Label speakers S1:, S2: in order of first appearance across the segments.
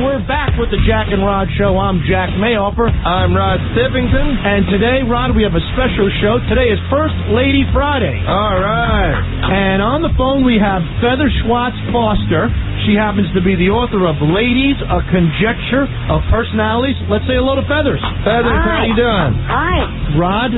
S1: with the Jack and Rod Show. I'm Jack Mayoffer.
S2: I'm Rod Sippington.
S1: And today, Rod, we have a special show. Today is First Lady Friday.
S2: All right.
S1: And on the phone, we have Feather Schwartz Foster. She happens to be the author of Ladies, A Conjecture of Personalities. Let's say hello to Feathers.
S2: Feathers, how
S3: Hi.
S2: you doing?
S3: Hi.
S1: Rod,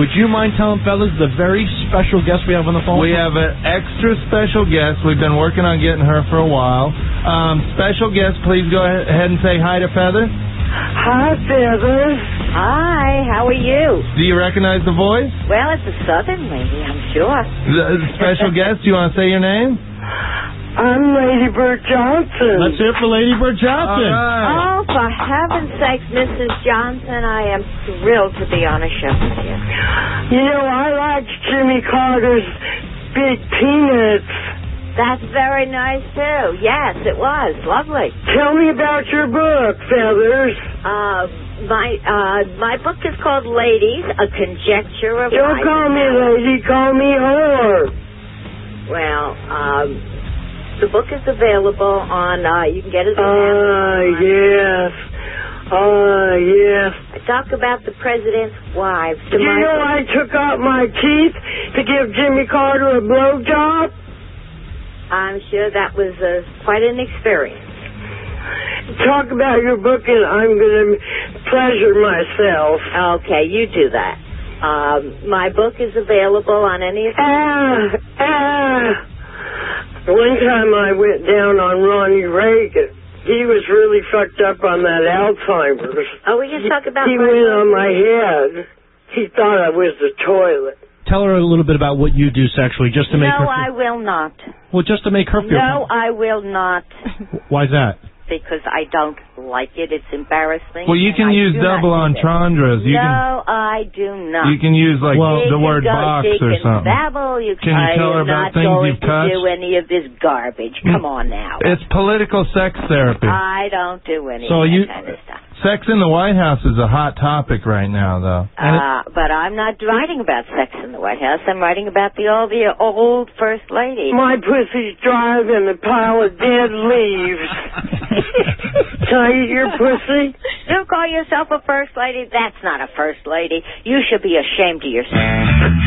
S1: would you mind telling Feathers the very special guest we have on the phone?
S2: We have an extra special guest. We've been working on getting her for a while. Um, special guest, please go ahead and say hi to Feather.
S4: Hi, Feathers.
S3: Hi, how are you?
S2: Do you recognize the voice?
S3: Well, it's a southern lady, I'm sure.
S2: The special guest, do you want to say your name?
S4: I'm Lady Bird Johnson.
S1: Let's hear it for Lady Bird
S2: All
S1: Johnson.
S2: right.
S3: Oh, for heaven's sakes, Mrs. Johnson, I am thrilled to be on a show with you.
S4: You know, I liked Jimmy Carter's Big Peanuts.
S3: That's very nice, too. Yes, it was. Lovely.
S4: Tell me about your book, Feathers.
S3: Uh, my, uh, my book is called Ladies, A Conjecture of
S4: Don't
S3: Life.
S4: call me lady, call me whore.
S3: Well, um, the book is available on, uh, you can get it on
S4: Ah,
S3: Amazon.
S4: yes. Ah, yes.
S3: I talk about the president's wives.
S4: Do you know I took out my teeth to give Jimmy Carter a blowjob?
S3: I'm sure that was uh, quite an experience.
S4: Talk about your book and I'm going to pleasure myself.
S3: Okay, you do that. Um, my book is available on any.
S4: Ah, ah. One time I went down on Ronnie Reagan. He was really fucked up on that Alzheimer's.
S3: Oh, we can talk about.
S4: He went on my head. He thought I was the toilet.
S1: Tell her a little bit about what you do sexually, just to make her.
S3: No, I will not.
S1: Well, just to make her feel.
S3: No, I will not,
S1: comfortable. Why is that?
S3: because I don't like it. It's embarrassing.
S2: Well, you
S3: and
S2: can
S3: I
S2: use
S3: do not
S2: double
S3: like it.
S2: entendres. You
S3: no,
S2: can
S3: I do not.
S2: you can use like
S1: Well,
S3: She
S2: the
S3: can
S2: word
S3: go-
S2: box
S3: she
S2: or
S3: can
S2: something.
S3: Babble. You
S2: Can you
S3: I
S2: tell her
S3: am
S2: about
S3: not
S2: things
S3: going
S2: you've
S3: to
S2: touched? Mm.
S3: do any of this garbage. Come on now.
S2: It's political sex therapy.
S3: I don't do any
S1: So
S3: of that
S1: you-
S3: kind of stuff.
S2: sex in the White House is a hot topic right now, though. And it-
S3: Uh, but I'm not writing about sex in the White House. I'm writing about the old, the old first lady.
S4: My pussy's drier than a pile of dead leaves. Can I eat your pussy?
S3: You call yourself a first lady? That's not a first lady. You should be ashamed of yourself.